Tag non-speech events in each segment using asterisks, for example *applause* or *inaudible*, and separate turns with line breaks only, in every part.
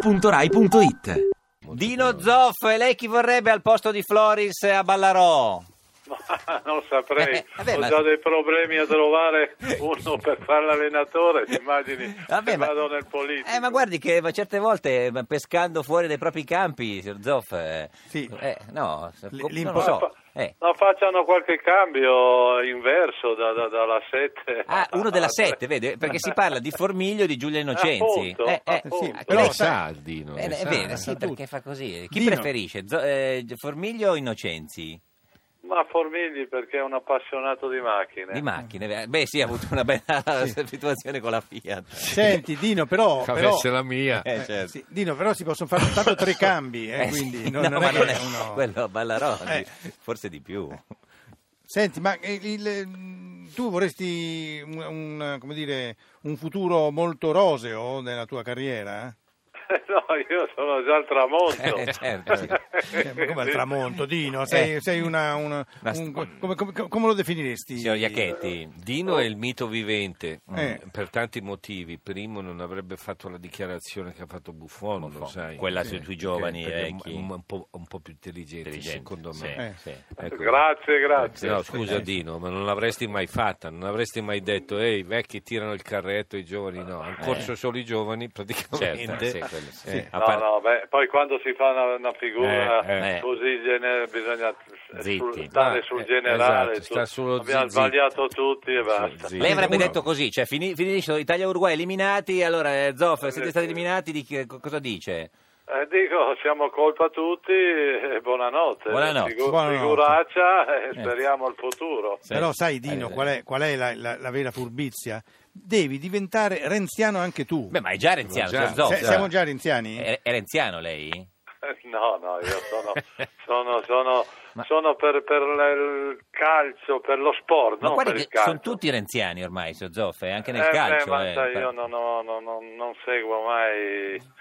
radio2pod.rai.it
Dino Zoff, e lei chi vorrebbe al posto di Floris a Ballarò?
Ma Ah, non saprei,
Eh, vabbè,
ho
ma-
già dei problemi a trovare uno per fare l'allenatore, ti immagini
Vabbè,
che
ma-
vado nel politico.
Eh, ma guardi che ma certe volte ma pescando fuori dai propri campi, signor Zoff, eh,
Sì.
eh, no,
L-
com- non
l'impo-
lo so.
Fa-
eh.
No, facciano qualche cambio inverso da- da- dalla 7.
Ah, uno
*laughs*
della sette, vede, perché si parla di Eh, Formiglio e di Giulia Innocenzi.
Ah, Appunto, appunto.
Sì,
Ah,
che
però
lei
sa, Dino,
Eh,
lo
è
sa,
vero,
lo
sì,
sa
perché
tutto.
fa così. Chi
Dino.
preferisce, Zo- eh, Formiglio o Innocenzi?
Ma Formigli perché è un appassionato di macchine.
Di macchine, vero? beh sì, ha avuto una bella *laughs* situazione con la *laughs* Fiat.
Senti, Dino, però,
che
però,
avesse la mia.
Eh, certo.
sì, Dino, però si possono fare soltanto tre cambi, eh,
*laughs* Eh, sì,
quindi
no,
non, non
ma
è che
non è
uno-
*laughs* quello a Ballarò,
Eh.
forse di più.
Senti, ma eh, il- mm, tu vorresti un, un, come dire, un futuro molto roseo nella tua carriera?
*laughs* no, io sono già al tramonto.
Eh, certo,
*laughs*
sì.
Eh, ma come al tramonto, Dino, sei, sei una, una-
Ma-
un- come, come- come lo definiresti?
Signor Iacchetti,
Dino è il mito vivente
oh. Eh.
mm, per tanti motivi. Primo, non avrebbe fatto la dichiarazione che ha fatto Buffon, lo sai.
Quella sui- sui giovani,
perché è
vecchi.
un, un po', un po' più intelligente, secondo
sì,
me.
sì.
Ecco.
Grazie, grazie.
Eh,
No, scusa Dino, ma non l'avresti mai fatta, non avresti mai detto ehi, i vecchi tirano il carretto, i giovani no, hanno corso solo i giovani
Certo,
praticamente.
sì, quello sì.
Eh,
A
No,
par-
no, beh, poi quando si fa una, una figura
Eh,
eh.
così gene- bisogna
Zitti.
sul- dare
Ah,
sul
eh,
generale.
esatto, sta sullo
Abbiamo
zitti.
sbagliato tutti e basta.
zitti.
Lei avrebbe
Uno-
detto così, cioè fini- finisce Italia-Uruguay eliminati, allora eh, Zoff, siete stati eliminati, di chi- co- cosa dice?
Eh, dico, siamo colpa tutti e buonanotte.
Buonanotte.
Figu-
Buonanotte.
Figuraccia
Eh.
e speriamo al futuro. *laughs*
Però sai
Eh,
Dino qual è, qual è la, la- la vera furbizia? Devi diventare renziano anche tu.
Beh, ma cioè, eh, è già renziano,
Siamo già-
signor Zoff.
Se- siamo già renziani?
È, è renziano lei?
No, no, io
*laughs*
sono, sono, sono, sono per, per l- il calcio, per lo sport,
Ma
non
guarda
per il
che
calcio.
sono tutti renziani ormai, signor Zoff, eh, anche nel
Eh, beh,
calcio.
ma
eh,
sai,
fa-
io non, ho- non- non- non seguo mai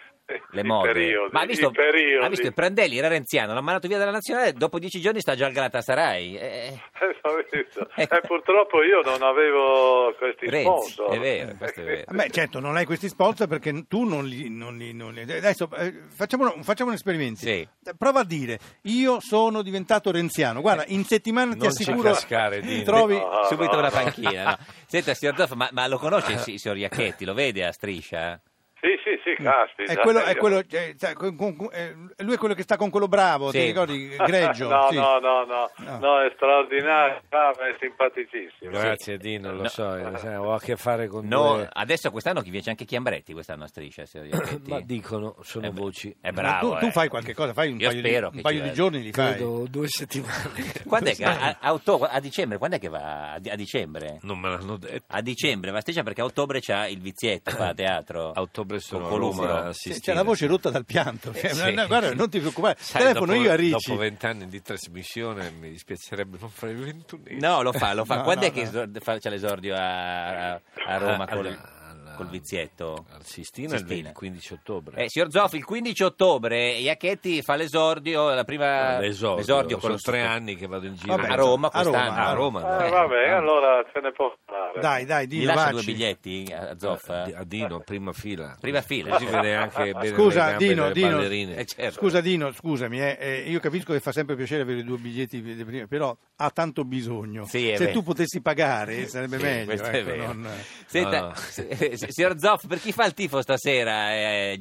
le
i
mode.
periodi.
Ma ha visto,
i periodi.
ha visto il Prandelli era renziano, l'ha mandato via dalla nazionale, dopo dieci giorni sta già al Galatasaray. Eh,
*laughs* Eh, ho visto.
Ecco.
Eh, purtroppo io non avevo questi
Renzi,
sponsor.
è vero, questo è vero.
Ah, Beh, certo, non hai questi sponsor perché tu non li... non li- non li- Adesso eh, facciamo, un- facciamo un esperimento.
Sì.
Eh, Prova a dire, io sono diventato renziano. Guarda, in settimana ti
Non ci
assicuro... eh,
cascare, Dino.
*laughs*
trovi...
No,
Subito
no,
una
no.
panchina. no. Senta, signor Zoff, ma, ma lo conosce il si- signor Iacchetti? Lo vede a striscia?
Sì, sì, sì, caspita.
È quello, è
Io- *laughs*
quello, eh, sa, con- con- eh, lui è quello che sta con quello bravo,
Sì.
ti ricordi?
*laughs*
Greggio.
no,
sì.
no, no, no,
No.
no, è straordinario, bravo, è simpaticissimo.
Grazie Dino, lo
No.
so, eh, sai, ho a che fare con
No,
due...
adesso quest'anno chi viene anche Chiambretti quest'anno a striscia,
*coughs*
signor Iacchetti.
Ma dicono, sono
Eh, beh,
voci.
È
Ma
bravo.
tu, tu
eh.
fai qualche cosa, fai un
Io
paio,
spero
di,
che
un paio
ci-
di giorni li fai.
Credo due settimane.
Quando è che a, a- a otto- a dicembre? Quando è che va? A, di- a dicembre?
*laughs* Non me l'hanno detto.
A dicembre va a striscia perché a ottobre c'ha il vizietto qua a teatro.
A ottobre sono
Con
a
Columbro.
Roma a
Sì,
assistere.
C'è la voce rotta dal pianto.
Eh,
Cioè,
sì.
no, guarda, non ti preoccupare.
Sai,
Telefono
dopo-
io a Ricci.
Dopo vent'anni di trasmissione mi dispiacerebbe non fare il ventunesimo.
No, lo fa, lo fa.
*laughs*
No,
Quando
no,
è che
no.
esor- fa- c'è l'esordio a, a- a Roma
Ah,
col,
alla- alla-
col vizietto?
Al Sistina, il
Sistina.
15 ottobre.
Eh, signor Zoffi, il 15 ottobre Iacchetti fa l'esordio, la prima,
Ah, L'esordio,
eh, con
sono
lo-
tre anni che vado in giro.
Vabbè,
a Roma
a Roma,
quest'anno.
a
Roma.
Eh,
Eh,
vabbè,
Ah,
tanto.
allora se ne può parlare.
Dai, dai,
Gli
dillo,
lascia due
vacci.
biglietti a Zoff? eh?
A Eh, Di- a Dino, prima fila.
Prima fila.
Così vede anche bene
Scusa,
le gambe
Dino,
delle
Dino.
ballerine.
Eh, certo.
Scusa Dino, scusami, eh, eh, io capisco che fa sempre piacere avere i due biglietti di prima, però ha tanto bisogno.
Sì, è
Se
vero.
tu potessi pagare sarebbe
Sì,
meglio.
questo è
ecco,
vero.
non-
Senta,
No, no.
eh, eh, signor Zoff, per chi fa il tifo stasera? Eh,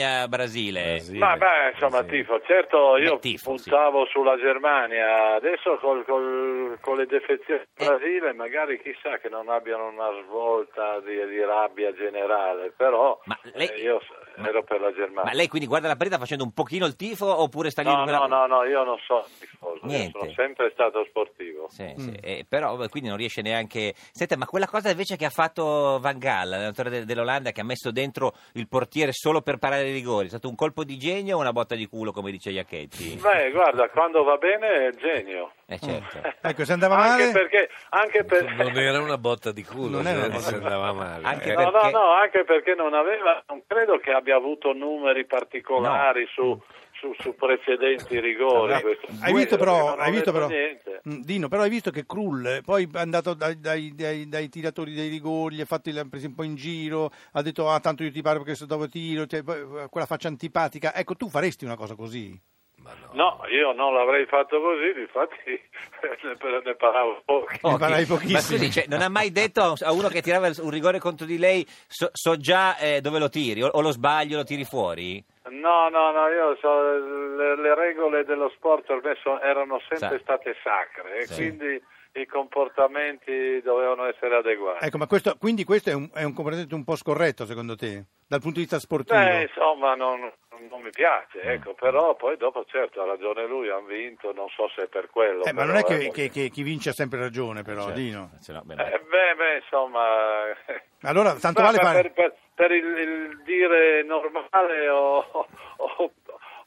Germania-Brasile?
Brasile.
Ma beh, insomma,
Eh, Sì.
tifo, certo
Beh,
io
tifo, sì.
puntavo sulla Germania, adesso col- col- con le defezioni
Eh.
del Brasile magari chissà che non abbiano una svolta di, di rabbia generale, però
Ma lei-
eh, io s-
ma-
ero per la Germania.
Ma lei quindi guarda la partita facendo un pochino il tifo oppure sta lì?
No,
con la-
no, no, no, io non sono tifoso, io
Niente.
sono sempre stato sportivo.
Sì, sì, eh, però eh, quindi non riesce neanche. Senta, ma quella cosa invece che ha fatto Van Gaal, l'allenatore de- dell'Olanda, che ha messo dentro il portiere solo per parare i rigori, è stato un colpo di genio o una botta di culo, come dice Iacchetti?
Beh, guarda, quando va bene è genio.
Eh, certo.
*laughs* Ecco, se andava
Anche
male...
perché, anche per...
Non era una botta di culo,
Non
non
era una botta-
se andava male.
Anche
Eh,
per-
No,
perché-
no, no, anche perché non aveva, non credo che abbia avuto numeri particolari su, su, su precedenti rigori.
Hai-
questo-
hai visto però,
non ho
hai visto
detto
però
niente.
Mm, Dino, però hai visto che Krull eh, poi è andato dai, dai- dai- dai tiratori dei rigori, gli ha fatto il- preso un po' in giro, ha detto ah tanto io ti parlo perché sto dopo tiro, cioè, poi, eh, quella faccia antipatica. Ecco, tu faresti una cosa così?
Ma no.
No, io non l'avrei fatto così, infatti *laughs* ne, ne parlavo poco.
Ne parlai
Ma
pochissimo.
scusi, cioè, non ha mai detto a un- a uno che tirava il- un rigore contro di lei so, so già eh, dove lo tiri o, o lo sbaglio lo tiri fuori?
Eh, No, no, no, io so, le, le regole dello sport per me so- erano sempre
Sa-
state sacre e
Sì.
quindi i comportamenti dovevano essere adeguati.
Ecco, ma questo, quindi questo è un, è un comportamento un po' scorretto secondo te, dal punto di vista sportivo?
Beh, insomma, non, non mi piace,
Ah.
ecco, però poi dopo certo ha ragione lui, hanno vinto, non so se è Certo. per quello.
Eh, ma
però,
non è che,
ecco.
che- che chi vince ha sempre ragione però,
Cioè,
Dino.
se no, beh, no.
Eh, beh, beh,
*laughs*
insomma...
Allora, tanto
ma-
vale
ma
fare...
Per, per- per il, il dire normale o, o-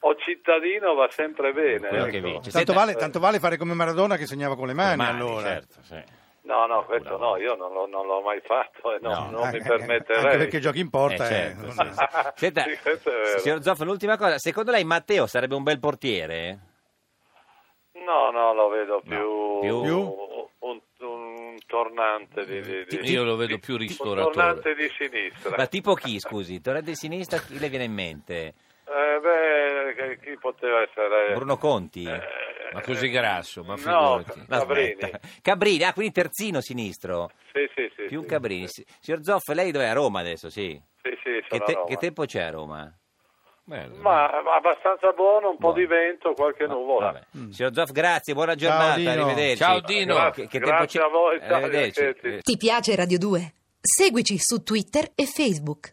o cittadino va sempre bene.
Quello che
ecco.
vince.
Tanto
Senta-
vale, tanto vale fare come Maradona che segnava con le mani,
Mani,
allora.
certo, sì.
No, no, questo no, io non, l'ho- non l'ho mai fatto e
No.
non, non
Eh,
mi
eh, Anche perché
permetterei.
giochi in porta.
Eh,
eh,
certo,
*laughs* non-
sì, sì. Senta,
Sì, questo è vero.
signor Zoff, l'ultima cosa, secondo lei Matteo sarebbe un bel portiere?
No, no, lo vedo più,
Più?
Più?
Un, un tornante di, di- di-
Io lo vedo più
Un tornante
ristoratore.
di sinistra.
Ma tipo chi, scusi? Tornante di sinistra, chi le viene in mente?
Eh, beh, che- chi poteva essere?
Bruno Conti?
eh,
Ma così grasso, ma
No,
figurati.
No,
Cabrini.
smetta. Cabrini, ah, quindi terzino sinistro.
Sì, sì, sì.
Più
sì,
Cabrini.
Sì,
Si- Signor Zoff, lei dov'è? A Roma adesso, sì.
sì, sì,
Che,
sono
te-
a Roma.
che tempo c'è a Roma?
Bello.
Ma ma abbastanza buono, un po'
Buono.
di vento, qualche
No,
nuvola.
vabbè. Signor Zoff, grazie, buona
Ciao,
giornata,
Dino.
arrivederci.
Mm. Ciao, Dino.
Che,
Grazie,
che tempo
grazie
c'è?
a voi, ciao,
Arrivederci.
arrivederci.
Eh,
Ti piace Radio 2? Seguici su Twitter e Facebook.